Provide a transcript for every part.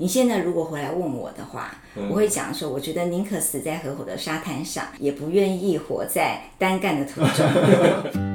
你现在如果回来问我的话，我会讲说，我觉得宁可死在合伙的沙滩上，也不愿意活在单干的途中。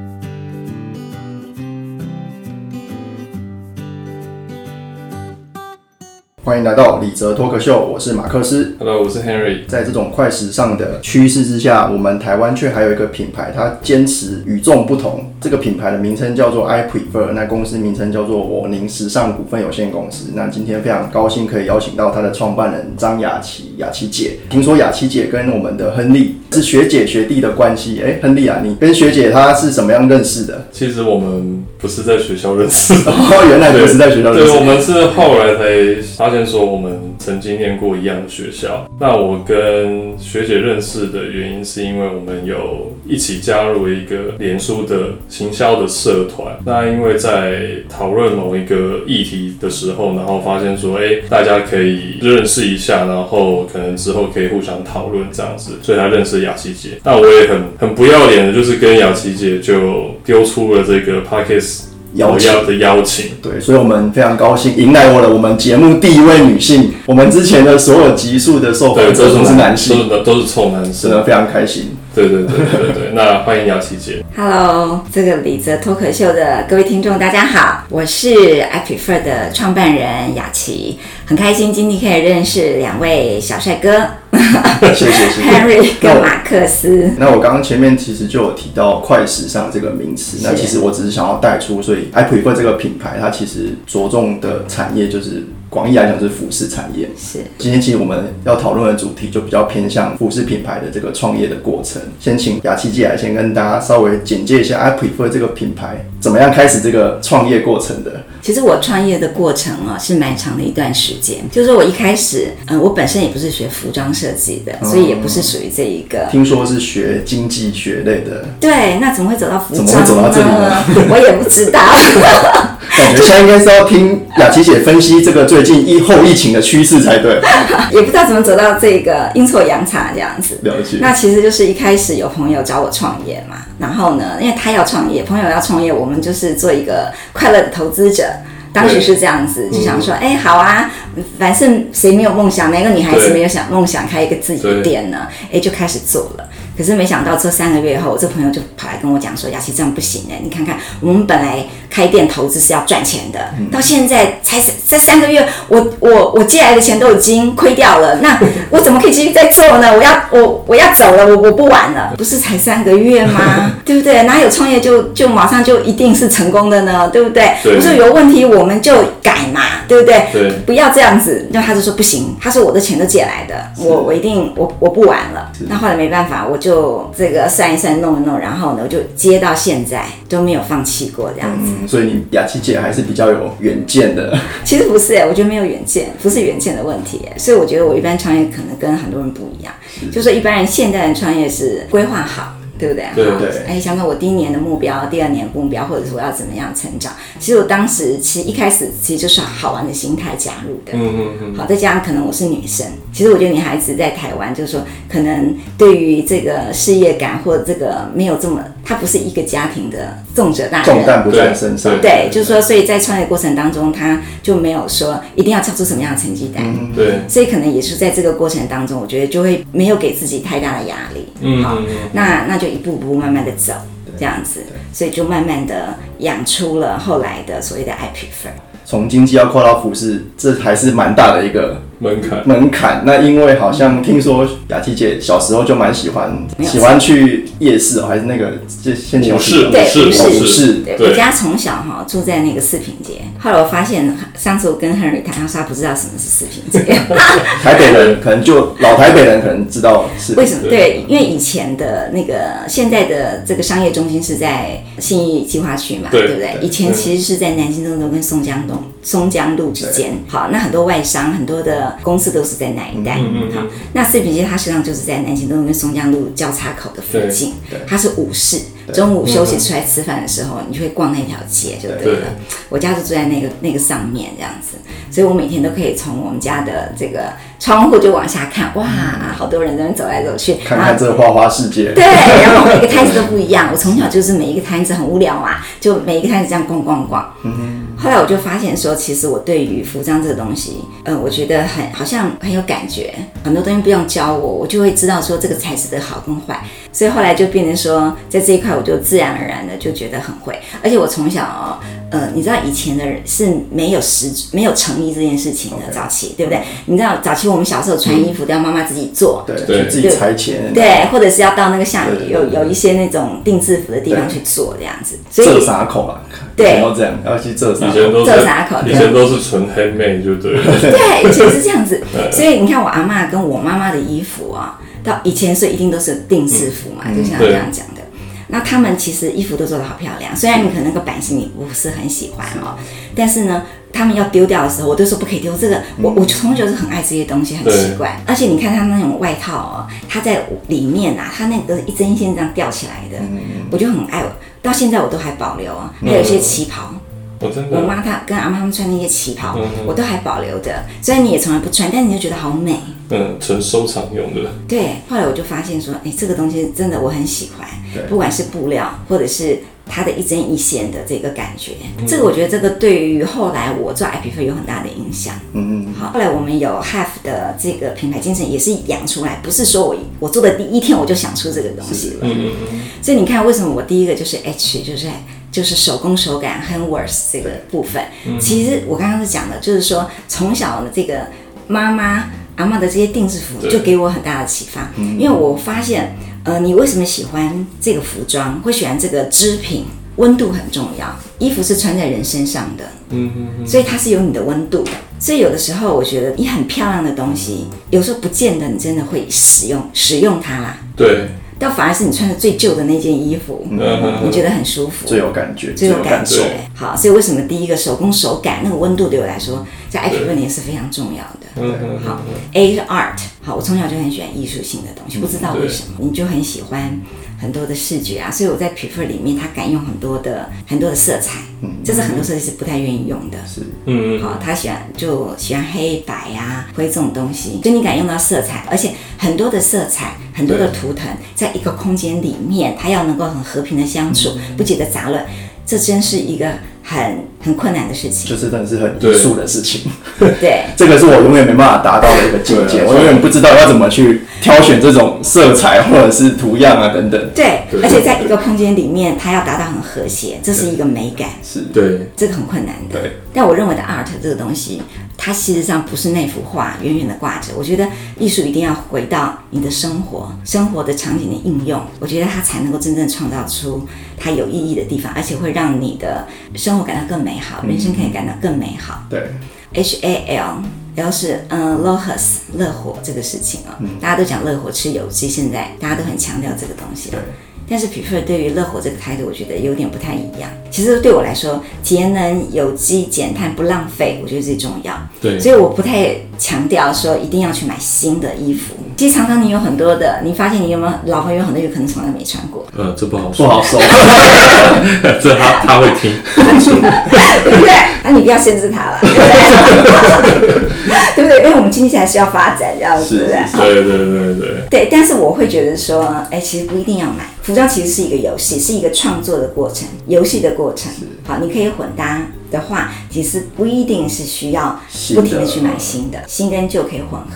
欢迎来到李泽脱口秀，我是马克思。 Hello，我是 Henry。在这种快时尚的趋势之下，我们台湾却还有一个品牌，它坚持与众不同。这个品牌的名称叫做 I Prefer，那公司名称叫做我宁时尚股份有限公司。那今天非常高兴可以邀请到它的创办人张雅琪，雅琪姐。听说雅琪姐跟我们的亨利是学姐学弟的关系，哎，亨利啊，你跟学姐她是怎么样认识的？其实我们不是在学校认识的，哦，原来你们是在学校认识对，的。我们是后来才发现说我们曾经念过一样的学校。那我跟学姐认识的原因是因为我们有一起加入一个脸书的行销的社团。那因为在讨论某一个议题的时候，然后发现说，哎、大家可以认识一下，然后可能之后可以互相讨论这样子，所以才认识雅琪姐。那我也很很不要脸的，就是跟雅琪姐就丢出了这个 Pockets 邀请我要的邀请。对，所以我们非常高兴迎来我的我们节目第一位女性。我们之前的所有集数的受访对，者都都哦是男都性，啊是都是臭男真生。的非常开心。 对对对对对，那欢迎雅琪姐。 Hello，这个李泽脱口秀的各位听众，大家好，我是 I Prefer 的创办人雅琪，很开心今天可以认识两位小帅哥谢谢谢谢。 Henry 跟马克思。那我刚刚前面其实就有提到“快时尚”这个名词，那是其实我只是想要带出，所以 I prefer 这个品牌，它其实着重的产业就是广义来讲是服饰产业。是今天其实我们要讨论的主题就比较偏向服饰品牌的这个创业的过程。先请雅琪姐来先跟大家稍微简介一下 I prefer 这个品牌怎么样开始这个创业过程的。其实我创业的过程啊、是蛮长的一段时间，就是我一开始，嗯、我本身也不是学服装设计的，所以也不是属于这一个听说是学经济学类的，对，那怎么会走到服装呢？怎么会走到这里呢 我也不知道。感觉现在应该是要听雅琪姐分析这个最近疫后疫情的趋势才对。也不知道怎么走到这个阴错阳差这样子。了解。那其实就是一开始有朋友找我创业嘛，然后呢，因为他要创业，朋友要创业，我们就是做一个快乐的投资者。当时是这样子，就想说，哎、好啊，反正谁没有梦想，哪个女孩子对没有想梦想开一个自己的店呢？哎、就开始做了。可是没想到做三个月后，我这朋友就跑来跟我讲说：“雅琪，这样不行哎、你看看，我们本来开店投资是要赚钱的，到现在才这三个月，我我我借来的钱都已经亏掉了，那我怎么可以继续再做呢？我要我我要走了，我我不玩了，不是才三个月吗？对不对？哪有创业就就马上就一定是成功的呢？对不对？对我说有问题我们就改嘛，对不对？对不要这样子。然后他就说不行，他说我的钱都借来的，我我一定我我不玩了。那后来没办法，我就这个算一算弄一弄，然后呢我就接到现在都没有放弃过这样子。嗯，所以你雅琪姐还是比较有远见的。其实不是哎、我觉得没有远见，不是远见的问题、欸。所以我觉得我一般创业可能跟很多人不一样，就说一般人现代人创业是规划好。对不对？对哈对哎，想想我第一年的目标，第二年的目标，或者是我要怎么样成长。其实我当时其实一开始其实就是好玩的心态加入的。嗯嗯嗯，好，再加上可能我是女生，其实我觉得女孩子在台湾，就是说，可能对于这个事业感或者这个没有这么，她不是一个家庭的重责大重人。担不在身上。对，就是说，所以在创业过程当中，她就没有说一定要交出什么样的成绩单。对，所以可能也是在这个过程当中，我觉得就会没有给自己太大的压力，嗯好嗯嗯，那那就一步步慢慢的走，这样子，所以就慢慢的养出了后来的所谓的 I prefer。从经济要跨到服饰，这还是蛮大的一个门槛。门槛。那因为好像听说雅琪姐小时候就蛮喜欢没有喜欢去夜市、哦，还是那个就先前有武士提对到武士武士武士对，对我家从小哈住在那个四平街，后来我发现，上次我跟 Henry 谈，他说他不知道什么是四平街，台北人可能就老台北人可能知道是为什么？对对，因为以前的那个现在的这个商业中心是在信义计划区嘛，对不对？对以前其实是在南京东路跟松江东松江路之间。好，那很多外商、很多的公司都是在那一嗯带。好，那四平街它实际上就是在南京东路跟松江路交叉口的附近，它是午市。中午休息出来吃饭的时候，你就会逛那条街就对对了。我家就住在那个那个上面这样子，所以我每天都可以从我们家的这个窗户就往下看，哇，好多人在那边走来走去，嗯看然看后这花花世界。 对，然后每个嗯摊子都不一样。我从小就是每一个摊子很无聊啊，就每一个摊子这样逛逛逛。后后来我就发现说，其实我对于服装这个东西，呃，我觉得很好像很有感觉，很多东西不用教我，我就会知道说这个材质的好跟坏。所以后来就变成说，在这一块我就自然而然的就觉得很会，而且我从小哦，呃，你知道以前的人是没有时没有成衣这件事情的 OK 早期，对不对？你知道早期我们小时候穿衣服都要妈妈自己做，对，对去自己裁剪，对，或者是要到那个像对有有一些那种定制服的地方对去做这样子，所以这傻口啊，对不要这样，要去这傻以前口，都是这啥口以前都是纯黑妹，就对了。 对，以前是这样子，所以你看我阿嬷跟我妈妈的衣服啊，到以前是一定都是定制服嘛，就像对这样讲的。那他们其实衣服都做得好漂亮，虽然你可能那个版型你不是很喜欢哦，但是呢，他们要丢掉的时候，我都说不可以丢这个。我我从小就是很爱这些东西，很对奇怪。而且你看他那种外套哦，它在里面啊，它那个一针一线这样吊起来的，我就很爱。到现在我都还保留啊，还有一些旗袍，我真我的妈她跟阿妈她们穿那些旗袍，嗯哼我都还保留着。虽然你也从来不穿，但你就觉得好美。嗯，纯收藏用的。对，后来我就发现说，哎，这个东西真的我很喜欢对，不管是布料或者是它的一针一线的这个感觉，这个我觉得这个对于后来我做 IP 费有很大的影响。嗯，好，后来我们有 Half 的这个品牌精神也是养出来，不是说我我做的第一天我就想出这个东西了。嗯嗯嗯，所以你看，为什么我第一个就是 H，就是就是手工手感 handworks 这个部分。其实我刚刚是讲的，就是说从小的这个妈妈阿妈的这些定制服，对就给我很大的启发，因为我发现，呃，你为什么喜欢这个服装，会喜欢这个织品？温度很重要，衣服是穿在人身上的，所以它是有你的温度的。所以有的时候我觉得你很漂亮的东西，有时候不见得你真的会使用使用它啦。对，倒反而是你穿的最旧的那件衣服，嗯你觉得很舒服，最有感觉，最有感受觉。好，所以为什么第一个手工手感那个温度对我来说，在 IP 论年是非常重要的。嗯嗯好，A 是 art，好，我从小就很喜欢艺术性的东西，不知道为什么，你就很喜欢很多的视觉啊，所以我在 prefer 里面，它敢用很多的很多的色彩，这是很多设计师不太愿意用的。是嗯嗯，好，他喜欢就喜欢黑白啊、灰这种东西，就你敢用到色彩，而且很多的色彩、很多的图腾，在一个空间里面，它要能够很和平的相处，不觉得杂乱，这真是一个很很困难的事情。就是真的是很艺术的事情， 对，这个是我永远没办法达到的一个境界，对我永远不知道要怎么去挑选这种色彩或者是图样啊等等，对，对而且在一个空间里面，它要达到很和谐，这是一个美感，是对，这个很困难的。对，但我认为的 art 这个东西，它事实上不是那幅画远远的挂着。我觉得艺术一定要回到你的生活、生活的场景的应用，我觉得它才能够真正创造出它有意义的地方，而且会让你的生活感到更美好，人生可以感到更美好。对， H A L。L 是嗯，lohus 乐火这个事情啊、嗯大家都讲乐火吃有机，现在大家都很强调这个东西了对但是 prefer 对于乐火这个态度，我觉得有点不太一样。其实对我来说，节能、有机、减碳、不浪费，我觉得最重要。对所以我不太强调说一定要去买新的衣服。其实常常你有很多的，你发现你有没有老朋友很多有可能从来没穿过，呃，这不好不说，好说， 这他他会 听，对不对？ 那你不要限制他了，对不对？ 对不对？因为我们经济还是要发展，这样子，是对不对？是对对对对，对，但是我会觉得说，哎，其实不一定要买。服装其实是一个游戏，是一个创作的过程，游戏的过程。好，你可以混搭的话，其实不一定是需要不停的去买新的，新跟旧可以混合。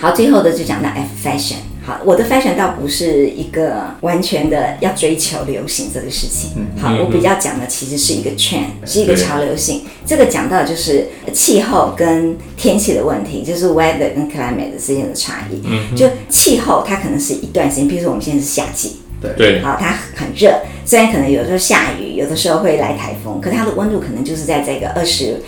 好，最后的就讲到 F fashion。好，我的 fashion 倒不是一个完全的要追求流行这个事情。好，我比较讲的其实是一个 trend，是一个对潮流性。这个讲到的就是气候跟天气的问题，就是 weather 跟 climate 之间的差异。就气候它可能是一段时间，比如说我们现在是夏季，对好，它很热，虽然可能有的时候下雨，有的时候会来台风，可它的温度可能就是在这个二十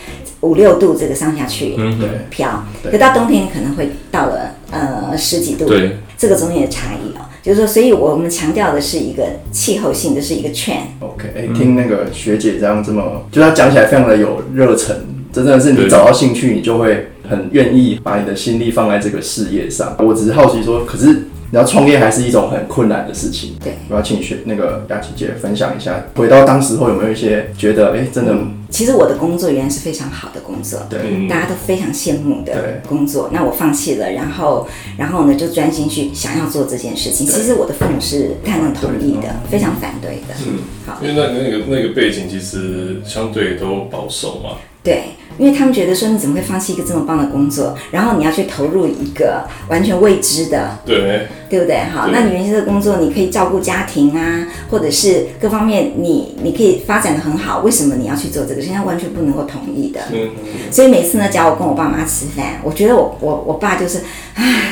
五六度这个上下去对飘。嗯对可到冬天可能会到了呃十几度，对，这个中间的差异哦，就是说，所以我们强调的是一个气候性的是一个 trend。 OK，、哎，嗯听那个学姐这样这么，就她讲起来非常的有热忱，这真的是你对找到兴趣，你就会很愿意把你的心力放在这个事业上。我只是好奇说，可是然后创业还是一种很困难的事情。对，我要请学那个雅琪姐分享一下，回到当时候有没有一些觉得，哎、真的、其实我的工作原来是非常好的工作，对嗯大家都非常羡慕的对工作。那我放弃了，然后，然后呢，就专心去想要做这件事情。对其实我的父母是不太能同意的，非常反对的。嗯，好，因为那那个那个背景其实相对都保守嘛，对，因为他们觉得说你怎么会放弃一个这么棒的工作，然后你要去投入一个完全未知的，对，对不对？好，对那你原先的工作你可以照顾家庭啊，或者是各方面你你可以发展的很好，为什么你要去做这个？现在完全不能够同意的。嗯，所以每次呢，只要我跟我爸妈吃饭，我觉得我我我爸就是，唉，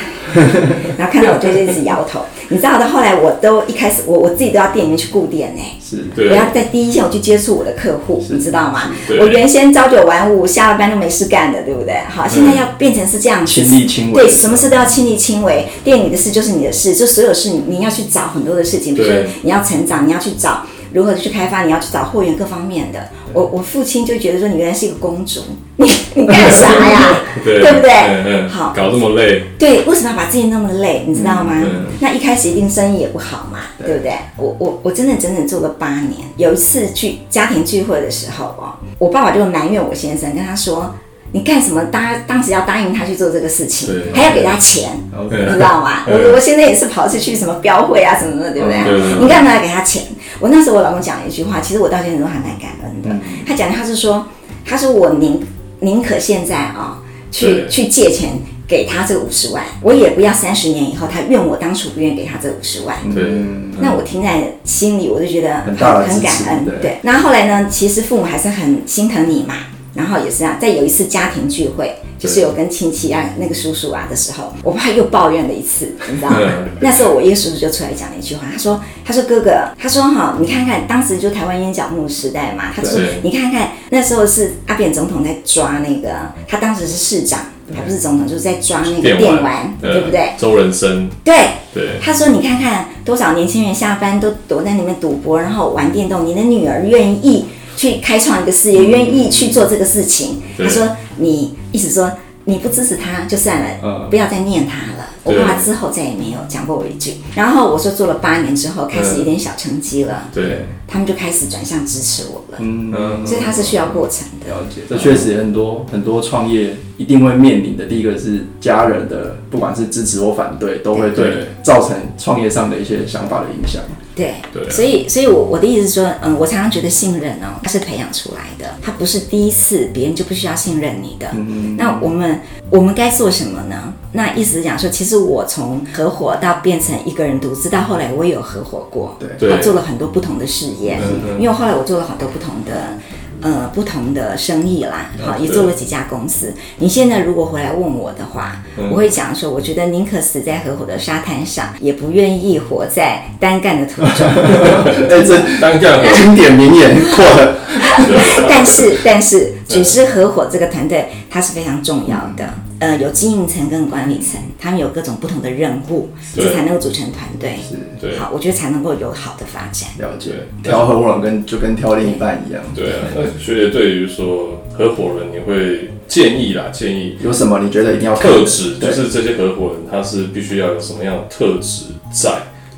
然后看到我就一直摇头。你知道的，后来我都一开始我我自己都要店里面去顾店呢、是对我要在第一线我去接触我的客户，是你知道吗？对我原先朝九晚五，下了班都没事干的，对不对？好，现在要变成是这样子，亲力亲为对，什么事都要亲力亲为。店里的事就是你的事，就所有事你你要去找很多的事情，比如说对你要成长，你要去找如何去开发，你要去找货源各方面的。我我父亲就觉得说你原来是一个公主，你你干啥呀？对，对不对嗯嗯，好搞这么累，对，为什么要把自己弄那么累？你知道吗？嗯那一开始一定生意也不好嘛，对不对？我我我真的整整做了八年。有一次去家庭聚会的时候哦，我爸爸就埋怨我先生，跟他说：“你干什么？当当时要答应他去做这个事情对，还要给他钱， ，OK，你知道吗？ 嗯我我现在也是跑去去什么标会啊什么的，对不对？嗯对对对你干嘛要给他钱？我那时候我老公讲了一句话，其实我到现在都还蛮感恩嗯的。他讲的他是说，他说我宁宁可现在啊、去对去借钱给他这五十万，我也不要三十年以后他怨我当初不愿意给他这五十万。对，嗯那我听在心里，我就觉得很大的很支感持恩。对对，那后来呢，其实父母还是很心疼你嘛。然后也是啊，在有一次家庭聚会，就是有跟亲戚啊、那个叔叔啊的时候，我爸又抱怨了一次，你知 道吗嗯？那时候我一个叔叔就出来讲了一句话，他说：“他说哥哥，他说哈，你看看当时就台湾烟角木时代嘛，他说对你看看那时候是阿扁总统在抓那个，他当时是市长，还不是总统，就是在抓那个电玩，对嗯不对？？周人生，对，对，他说：“你看看多少年轻人下班都躲在里面赌博，然后玩电动。你的女儿愿意去开创一个事业，愿意去做这个事情。”对他说：“你意思说你不支持他就算了，嗯不要再念他了。”我对爸爸之后再也没有讲过我一句。然后我说做了八年之后，开始有点小成绩了，对，他们就开始转向支持我了。嗯，所以它是需要过程的。了解，这确实也很多很多创业一定会面临的。第一个是家人的，不管是支持或反对，都会对对你造成创业上的一些想法的影 响。对，对啊所以，所以我我的意思是说，嗯，我常常觉得信任哦，它是培养出来的，它不是第一次别人就不需要信任你的。嗯那我们我们该做什么呢？那意思是讲说，其实我从合伙到变成一个人独资，到后来我也有合伙过，对对我做了很多不同的事业，因为后来我做了很多不同的。呃，不同的生意啦，好，也对做了几家公司。你现在如果回来问我的话，我会讲说，我觉得宁可死在合伙的沙滩上，也不愿意活在单干的途中。哎，这单干很经典名言过了。 但是，但是，组织合伙这个团队它是非常重要的。嗯呃，有经营层跟管理层，他们有各种不同的任务，对这才能够组成团队。对好，我觉得才能够有好的发展。了解，对挑合伙人跟就跟挑另一半一样。对啊。那学姐对于说合伙人，你会建议啦，建议有什么你觉得一定要看的特质，就对是这些合伙人他是必须要有什么样的特质在，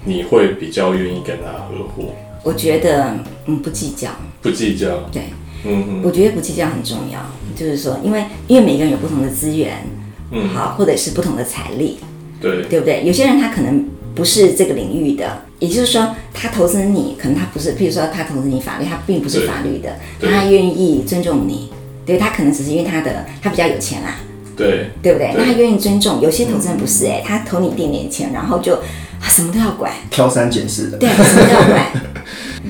你会比较愿意跟他合伙，我觉得，嗯，不计较，不计较，对嗯我觉得不计较很重要。就是说，因为因为每个人有不同的资源，嗯好，或者是不同的财力，哼，对对不对？有些人他可能不是这个领域的，也就是说，他投资你，可能他不是，譬如说他投资你法律，他并不是对法律的，对他愿意尊重你，对他可能只是因为他的他比较有钱啦，对对不对？对嗯那他愿意尊重。有些投资人不是哎、他投你一点点钱，然后就、啊、什么都要管，挑三拣四的。 对，什么都要管。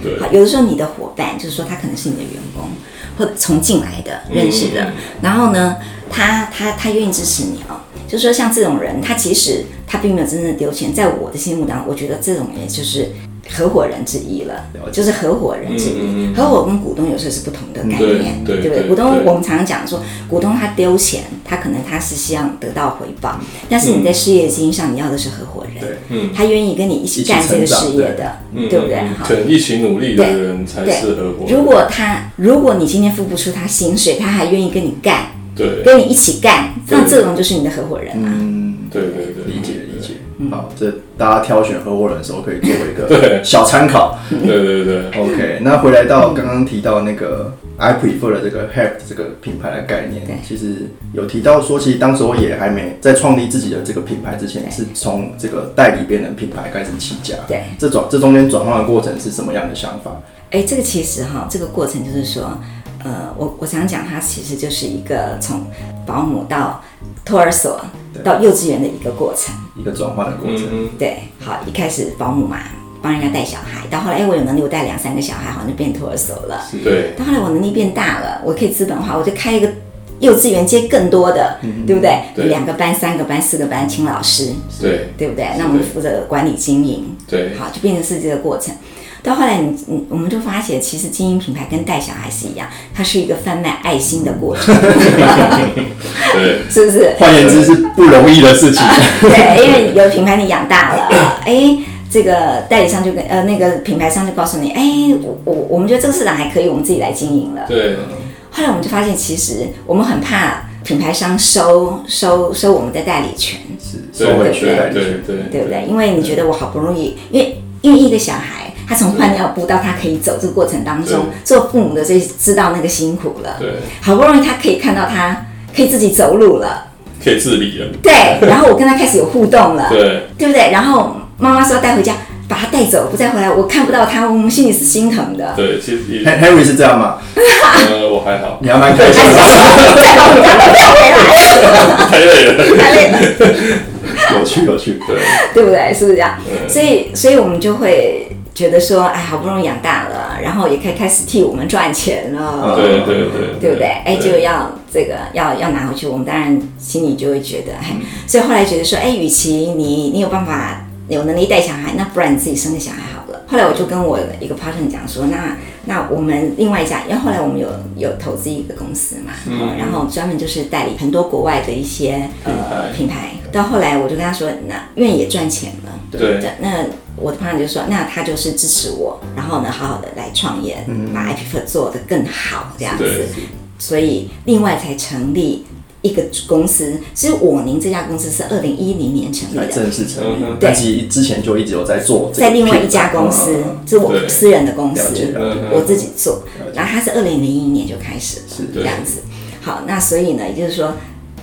对好，有的时候你的伙伴就是说他可能是你的员工，或者从进来的认识嗯的，然后呢，他他他愿意支持你哦。就是说像这种人，他其实他并没有真正丢钱，在我的心目当中，我觉得这种人就是合伙人之一了，就是合伙人之一。嗯嗯嗯合伙跟股东有时候是不同的概念，嗯对对不对？对股东对我们常常讲说，股东他丢钱，他可能他是希望得到回报，但是你在事业经营上，你要的是合伙人，嗯对嗯他愿意跟你一起一起干这个成长事业的，嗯对不对？嗯好可能一起努力的人才对是合伙人，如果他，如果你今天付不出他薪水，他还愿意跟你干，对跟你一起干，那对这种就是你的合伙人啊。嗯，对对对，理解理解。好，这大家挑选合伙人的时候可以作为一嗯对个小参考。对对对， OK，那回来到刚刚提到那个 I prefer 的这个 have 这个品牌的概念对，其实有提到说，其实当时我也还没在创立自己的这个品牌之前，对是从这个代理变成品牌开始起家。对，这转这中间转换的过程是什么样的想法？哎，这个其实哈，这个过程就是说，呃，我我常讲，它其实就是一个从保姆到托儿所对到幼稚园的一个过程。一个转换的过程。嗯对，好，一开始保姆嘛，帮人家带小孩，到后来，哎，我有能力，我带两三个小孩，好像就变托儿所了。嗯， 对，到后来我能力变大了，我可以资本化，我就开一个幼稚园接更多的，对不对？嗯对两个班、三个班、四个班，请老师，对对不对？是那我们对负责管理经营，对好，就变成是这个过程。到后来你，你我们就发现，其实经营品牌跟带小孩是一样，它是一个贩卖爱心的过 程，对，是不是？换言之是不容易的事情。对，因为有品牌你养大了，哎，这个代理商就跟呃那个品牌商就告诉你，哎，我我我们觉得这个市场还可以，我们自己来经营了。对，后来我们就发现，其实我们很怕品牌商收收收我们的代理权，是对收回去对代理对权。对对不对？因为你觉得我好不容易，因为因为一个小孩，他从换尿布到他可以走这个过程当中，做父母的最知道那个辛苦了。嗯对，好不容易他可以看到他可以自己走路了，可以自理了，对，然后我跟他开始有互动了，对对不对？然后妈妈说要带回家，把他带走，不带回来，我看不到他，我们心里是心疼的。对，其实也 Harry 是这样嘛？呃我还 好，你还蛮开心的，再把我们家都带回来，太累了，太累了，有趣有趣。对对不对？是不是这样？对所以，所以我们就会觉得说，哎，好不容易养大了，然后也可以开始替我们赚钱了。对对对，对不对？哎，就要这个要要拿回去，我们当然心里就会觉得，哎，所以后来觉得说，哎，与其你你有办法有能力带小孩，那不然你自己生个小孩好了。后来我就跟我一个 partner 讲说，那那我们另外一家，因为后来我们有有投资一个公司嘛，哦然后专门就是代理很多国外的一些呃品品牌。到后来我就跟他说，那因为也赚钱了，对对，那我的朋友就说，那他就是支持我，然后呢，好好的来创业，把 i p f 做得更好这样对子，所以另外才成立一个公司。其实我宁这家公司是二零一零年成立才的，正式成立嗯，但其实之前就一直有在做啊这个在品牌，另外一家公司嗯，是我对私人的公了解司，了解。我自己做了，解然后它是二零零一年就开始了是这对样子。好，那所以呢，也就是说，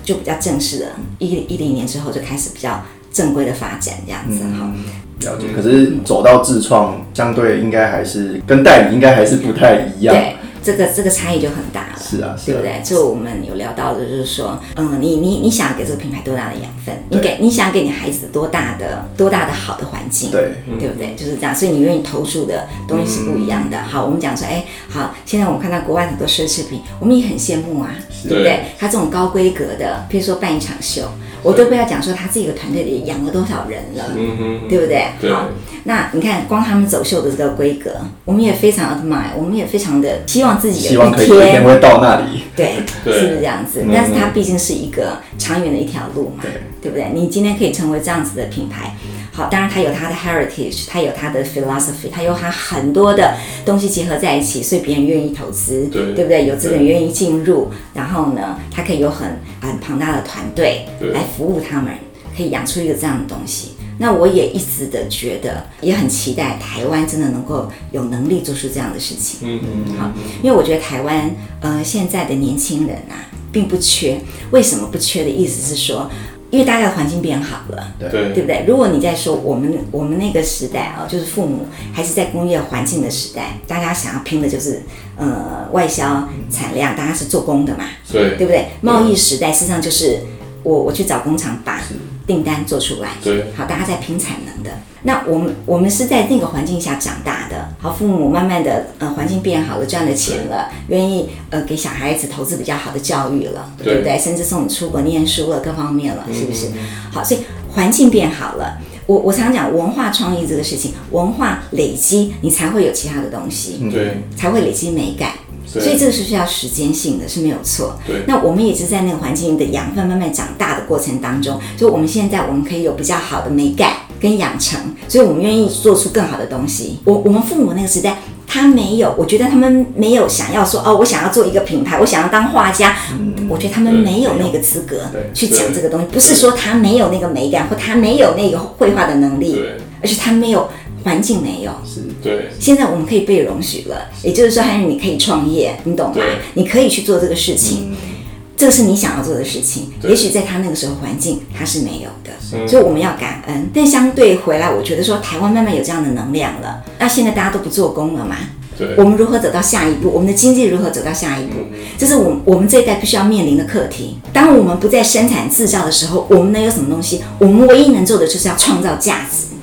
就比较正式的，一一零年之后就开始比较正规的发展这样子嗯哈。了解，可是走到自创，相对应该还是跟代理应该还是不太一样。对，这个这个差异就很大了。是啊，是对啊不，对？就我们有聊到的，就是说，嗯，你你你想给这个品牌多大的养分？你给你想给你孩子多大的多大的好的环境？对，嗯对不对？就是这样，所以你愿意投注的东西是不一样的。好，我们讲说，哎，好，现在我们看到国外很多奢侈品，我们也很羡慕啊，对不对对？他这种高规格的，譬如说办一场秀，我都不要讲说他自己的团队里养了多少人了，嗯哼，对不对？对好，那你看，光他们走秀的这个规格，我们也非常 admire，我们也非常的希望自己希有望一可以有一天天，会到那里。对，对嗯是不是这样子？但是它毕竟是一个长远的一条路嘛，对对不对？你今天可以成为这样子的品牌，好，当然它有它的 heritage，它有它的 philosophy，它有它很多的东西结合在一起，所以别人愿意投资，对不对？有资本对愿意进入，然后呢，它可以有很很庞大的团队对来服务他们，可以养出一个这样的东西。那我也一直的觉得，也很期待台湾真的能够有能力做出这样的事情。嗯好，因为我觉得台湾呃现在的年轻人啊，并不缺。为什么不缺的意思是说，因为大家的环境变好了，对对不对？如果你在说我们我们那个时代啊，就是父母还是在工业环境的时代，大家想要拼的就是呃外销产量，大家是做工的嘛，对对不对？贸易时代事实上就是我我去找工厂把订单做出来，对好，大家在拼产能的。那我们我们是在那个环境下长大的，好，父母慢慢的呃环境变好了，赚了钱了，愿意呃给小孩子投资比较好的教育了，对嗯对不对？甚至送你出国念书了，各方面了，是不是？好，所以环境变好了。我我常讲文化创意这个事情，文化累积你才会有其他的东西，对才会累积美感。嗯对所以这个是需要时间性的，是没有错。对那我们也是在那个环境的养分慢慢长大的过程当中，所以我们现在我们可以有比较好的美感跟养成，所以我们愿意做出更好的东西。我我们父母那个时代，他没有，我觉得他们没有想要说哦，我想要做一个品牌，我想要当画家，我觉得他们没有那个资格嗯对去讲这个东西。不是说他没有那个美感，或他没有那个绘画的能力，对而是他没有环境没有。是对现在我们可以被容许了，也就是说，汉语你可以创业，你懂吗对？嗯你可以去做这个事情，这个是你想要做的事情。对也许在他那个时候环境他是没有的，嗯所以我们要感恩。但相对回来，我觉得说台湾慢慢有这样的能量了，那现在大家都不做工了嘛，对嗯我们如何走到下一步？我们的经济如何走到下一步？这是我们我们这一代必须要面临的课题。当我们不再生产制造的时候，我们能有什么东西？我们唯一能做的就是要创造价值。嗯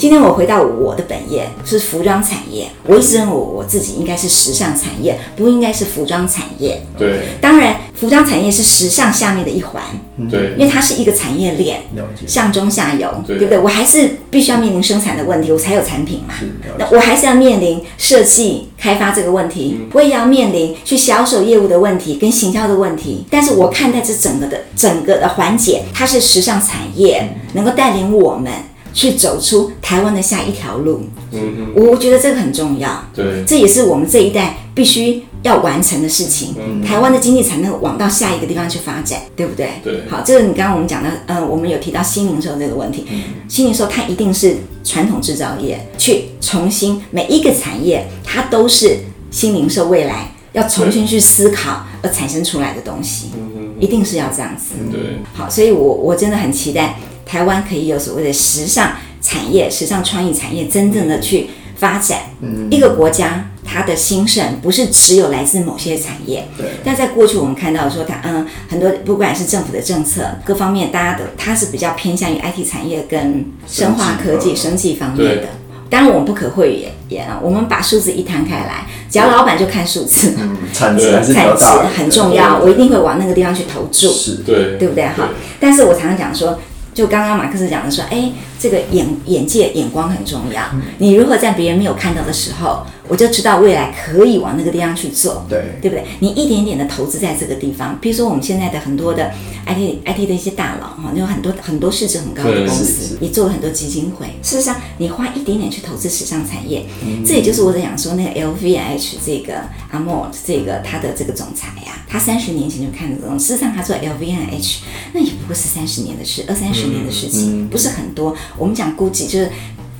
今天我回到我的本业是服装产业，我一直认为我自己应该是时尚产业，不应该是服装产业。对当然，服装产业是时尚下面的一环，对因为它是一个产业链，了解，上中下游，对对不对？我还是必须要面临生产的问题，我才有产品嘛。是了解嗯那我还是要面临设计开发这个问题，我也要面临去销售业务的问题跟行销的问题。但是我看待这整个的整个的环节，它是时尚产业嗯能够带领我们去走出台湾的下一条路。嗯我我觉得这个很重要，对这也是我们这一代必须要完成的事情。嗯台湾的经济才能往到下一个地方去发展，对不对？对好，这个你刚刚我们讲的，呃，我们有提到新零售这个问题，嗯新零售它一定是传统制造业去重新每一个产业，它都是新零售未来要重新去思考而产生出来的东西，嗯一定是要这样子。对好，所以我我真的很期待台湾可以有所谓的时尚产业、时尚创意产业真正的去发展。嗯一个国家它的兴盛不是只有来自某些产业，对但在过去我们看到说它嗯很多不管是政府的政策各方面，大家的它是比较偏向于 IT 产业跟生化科嗯技、生技方面的对。当然，我们不可讳言啊，我们把数字一摊开来，只要老板就看数字，嗯，产值还是比产 较值大的，很重要，对我一定会往那个地方去投注。是对对不对哈？但是我常常讲说，就刚刚马克思讲的说，哎，这个眼眼界眼光很重要。你如何在别人没有看到的时候，我就知道未来可以往那个地方去做。对对不对？你一点点的投资在这个地方，比如说我们现在的很多的 IT IT 的一些大佬哈，有很多很多市值很高的对公是司，也做了很多基金会。事实上，你花一点点去投资时尚产业，这也就是我在讲说那个 LVMH 这个 Amor 这个他的这个总裁呀、他三十年前就看这种，事实上他做 LVMH 那也不过是三十年的事，二三十年的事情，不是很多。我们讲 GUCCI 就是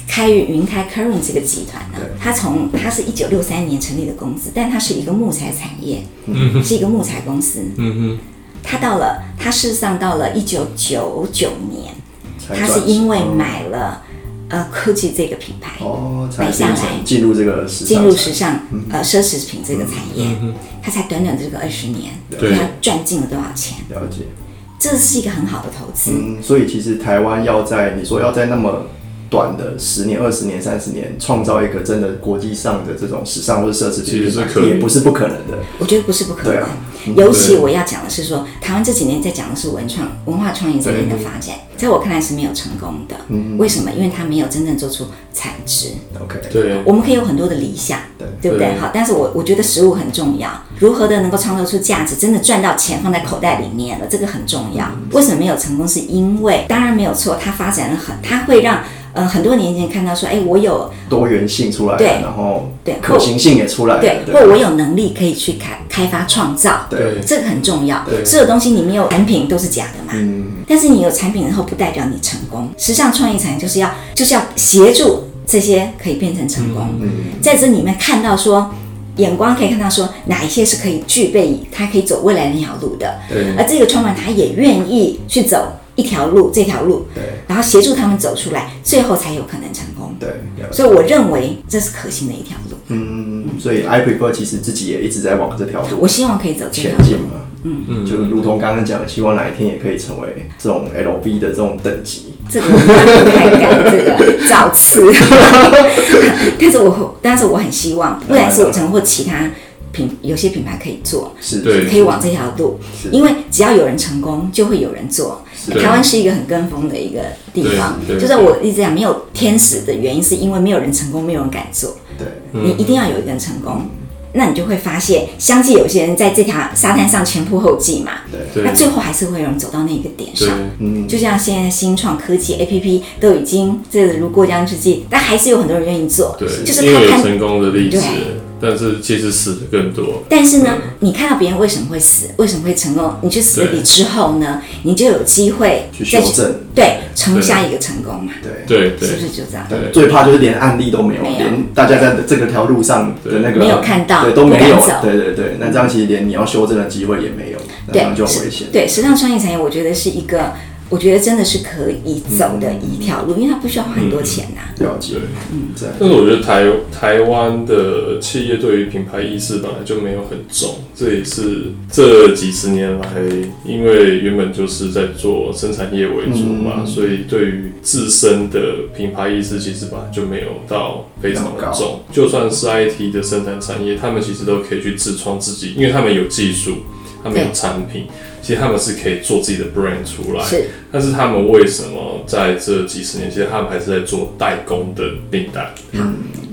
开于云开 Current 这个集团呢、它从它是一九六三年成立的公司，但它是一个木材产业，是一个木材公司。嗯它到了，它事实上到了一九九九年，才它是转因为型买了、呃 GUCCI 这个品牌，哦，嗯才买下变来成进入这个时尚进入产业时尚呃奢侈品嗯这个产业，它才短短的这个二十年，对它赚进了多少钱？了解，这是一个很好的投资。嗯，所以其实台湾要在你说要在那么短的十年、二十年、三十年，创造一个真的国际上的这种时尚或者奢侈其品品实是牌，可以也不是不可能的。我觉得不是不可对能。啊尤其我要讲的是说，台湾这几年在讲的是文创、文化创意产业的发展，在我看来是没有成功的。嗯为什么？因为它没有真正做出产值。 OK，哼，对我们可以有很多的理想，对不对？对好，但是我我觉得食物很重要，如何的能够创造出价值，真的赚到钱放在口袋里面了，这个很重要。为什么没有成功？是因为当然没有错，它发展的很，它会让呃很多年前看到说，哎，我有多元性出来了，对然后对可行性也出来了，对，哎对或我有能力可以去开开发创造，对这个很重要。对所有东西你没有产品都是假的嘛。嗯但是你有产品以后，不代表你成功。时尚创意产业就是要就是要协助这些可以变成成功，嗯在这里面看到说。眼光可以看到说哪一些是可以具备，它可以走未来那条路的，对而这个创办人他也愿意去走一条路这条路，对然后协助他们走出来，最后才有可能成功。对，了解所以我认为这是可行的一条路。嗯，所以 I prefer 其实自己也一直在往这条路我希望可以走这条前路。进嘛，嗯嗯，就如同刚刚讲的，希望哪一天也可以成为这种 LB 的这种等级，这个我不太敢，这个造次。但是我但是我很希望，不然是我成或其他品有些品牌可以做，是，对可以往这条路是，因为只要有人成功，就会有人做。对台湾是一个很跟风的一个地方，对就对是我一直讲没有天使的原因，是因为没有人成功，没有人敢做。嗯对，你一定要有一个人成功，那你就会发现，相继有些人在这条沙滩上前仆后继嘛，对那最后还是会有人走到那个点对上。嗯，就像现在新创科技 A P P 都已经这个如过江之鲫，但还是有很多人愿意做，对，就是因他为有看成功的例子对，但是其实死的更多。但是呢，你看到别人为什么会死，为什么会成功，你去死里之后呢，你就有机会去再修正，对，成下一个成功嘛，对。对是不对是就这样？对最怕就是连案例都没有，没有连大家在这个条路上的那个没有看到对都没有不敢走，对对对，那这样其实连你要修正的机会也没有，那这对样就很危险。对，时尚创意产业，我觉得是一个，我觉得真的是可以走的一条路，因为它不需要花很多钱啊呐、了解对，，嗯这样但是我觉得台台湾的企业对于品牌意识本来就没有很重，这也是这几十年来，因为原本就是在做生产业为主嘛，嗯所以对于自身的品牌意识其实本来就没有到非常那的么重。就算是 IT 的生产产业，他们其实都可以去自创自己，因为他们有技术，他们有对产品，其实他们是可以做自己的 brand 出来。是但是他们为什么在这几十年，其实他们还是在做代工的订单？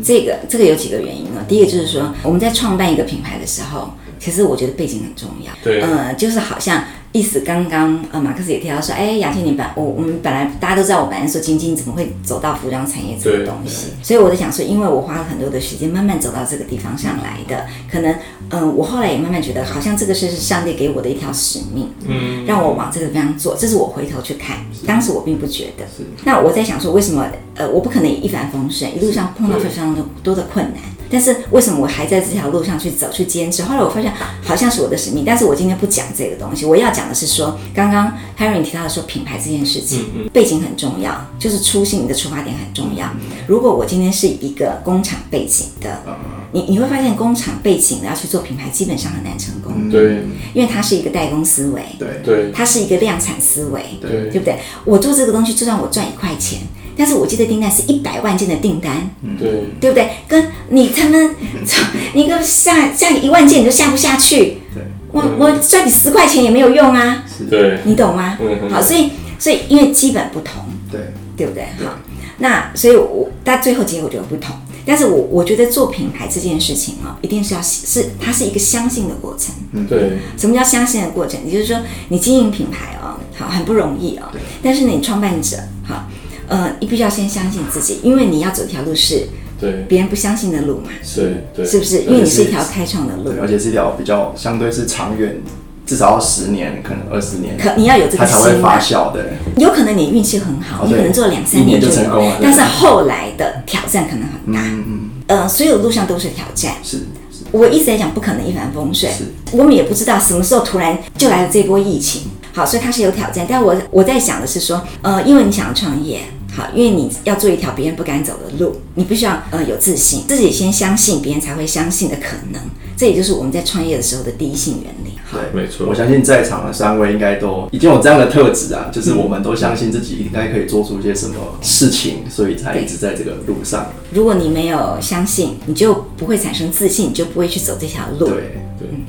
这个这个有几个原因呢？第一个就是说，我们在创办一个品牌的时候，其实我觉得背景很重要。对呃，就是好像意思刚刚呃，马克思也提到说，哎，雅倩，你本我我们本来大家都知道，我本来说晶晶怎么会走到服装产业这个东西，所以我在想说，因为我花了很多的时间慢慢走到这个地方上来的，可能嗯、呃我后来也慢慢觉得，好像这个是上帝给我的一条使命，嗯，让我往这个地方做，这是我回头去看，当时我并不觉得。那我在想说，为什么呃，我不可能一帆风顺，一路上碰到非常多多的困难。但是为什么我还在这条路上去走、去坚持？后来我发现好像是我的使命，但是我今天不讲这个东西，我要讲的是说，刚刚 Harry 提到的说品牌这件事情，背景很重要，就是初心，你的出发点很重要。如果我今天是一个工厂背景的，你你会发现工厂背景的要去做品牌，基本上很难成功，对因为它是一个代工思维，对对它是一个量产思维，对对不对？我做这个东西，就算我赚一块钱，但是我接的订单是一百万件的订单，对对不对？跟你他 们，你跟下下一万件你就下不下去，对我嗯我赚你十块钱也没有用啊，对你懂吗嗯？嗯好，所以所以因为基本不同，对，对不对？好，那所以我但最后结果就不同。但是我我觉得做品牌这件事情哦，一定是要是它是一个相信的过程。对什么叫相信的过程？也就是说，你经营品牌哦，好，很不容易哦。但是你创办者，好，呃，你必须要先相信自己，因为你要走一条路是对别人不相信的路嘛，对对，是不是？因为你是一条开创的路对，，而且是一条比较相对是长远，至少要十年，可能二十年，可你要有这它个才会心发嘛。酵的。有可能你运气很好，哦你可对能做两一三年年就就成功有了，但是后来的挑战可能很大。嗯嗯，呃，所有路上都是挑战。是是，我一直在讲不可能一帆风顺是，我们也不知道什么时候突然就来了这波疫情。好，所以它是有挑战，但我我在想的是说，呃，因为你想要创业，好，因为你要做一条别人不敢走的路，你必须要呃有自信，自己先相信，别人才会相信的可能。这也就是我们在创业的时候的第一性原理。好，对，没错我相信在场的三位应该都已经有这样的特质啊，就是嗯我们都相信自己应该可以做出一些什么事情，所以才一直在这个路上。如果你没有相信，你就不会产生自信，你就不会去走这条路。对，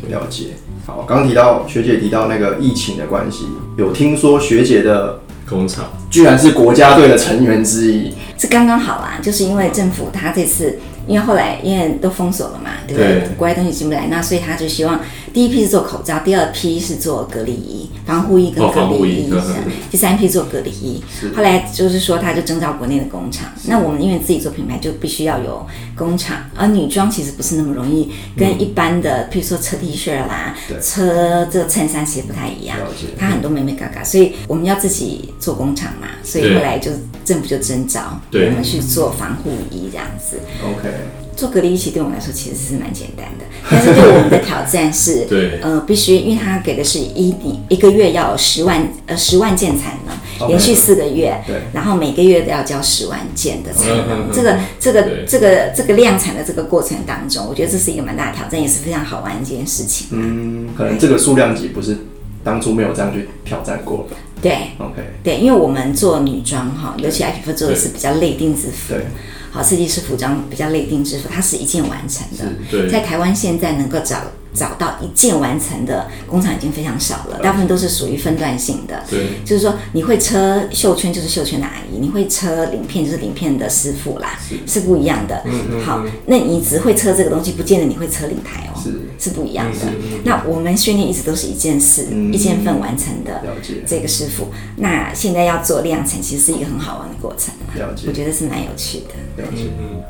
对了解。好，刚刚提到学姐提到那个疫情的关系，有听说学姐的工厂居然是国家队的成员之一，这刚刚好啦，就是因为政府他这次，因为后来因为都封锁了嘛，对不对？对国外东西进不来，那所以他就希望第一批是做口罩，第二批是做隔离衣、防护衣跟哦隔防护离衣衣，嗯是啊第三批做隔离衣。后来就是说，他就征召国内的工厂。那我们因为自己做品牌，就必须要有工厂，而女装其实不是那么容易，嗯跟一般的，譬如说车 T 恤啦、车这个衬衫其实不太一样了解，它很多美美嘎嘎，所以我们要自己做工厂嘛，所以对后来就政府就征召对，我们去做防护衣这样子。 OK，做隔离一起对我们来说其实是蛮简单的，但是对我们的挑战是 对呃，必须，因为它给的是一年一个月要十万呃十万件产能，连续四个月，对然后每个月都要交十万件的产嗯嗯嗯能，这个这个对这个这个量产的这个过程当中，我觉得这是一个蛮大的挑战，也是非常好玩的一件事情。嗯，可能这个数量级不是当初没有这样去挑战过的。对 OK，对，因为我们做女装哈，尤其 IP 做的是比较类定制服对，好，设计师服装比较类定制服，它是一件完成的。对在台湾现在能够找找到一件完成的工厂已经非常少了，大部分都是属于分段性的。对，就是说，你会车绣圈就是绣圈的阿姨，你会车鳞片就是鳞片的师傅啦，是不一样的。好，那你只会车这个东西，不见得你会车领台哦，是是不一样的。那我们训练一直都是一件事、一件份完成的了解这个师傅。那现在要做量产，其实是一个很好玩的过程啦了解我觉得是蛮有趣的。了解。嗯，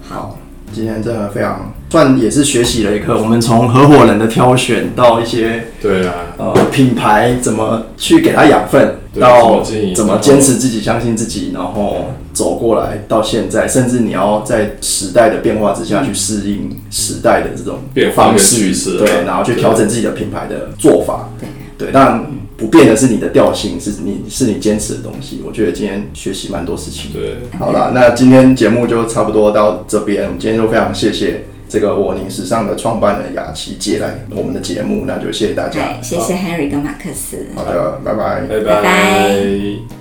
好，今天真的非常算也是学习了一课，我们从合伙人的挑选到一些对啊，呃品牌怎么去给它养分，对到怎么经营怎么坚持自己、相信自己，然后走过来到现在，甚至你要在时代的变化之下去适应时代的这种嗯变化方跟式趋，势对，然后去对调整自己的品牌的做法，对。对，但不变的是你的调性，是你是你坚持的东西。我觉得今天学习蛮多事情的。对，好了，那今天节目就差不多到这边。我们今天就非常谢谢这个我宁时尚的创办人雅琪姐来我们的节目，那就谢谢大家哎，，谢谢 Henry 跟马克思。好。好的，拜拜。拜拜拜拜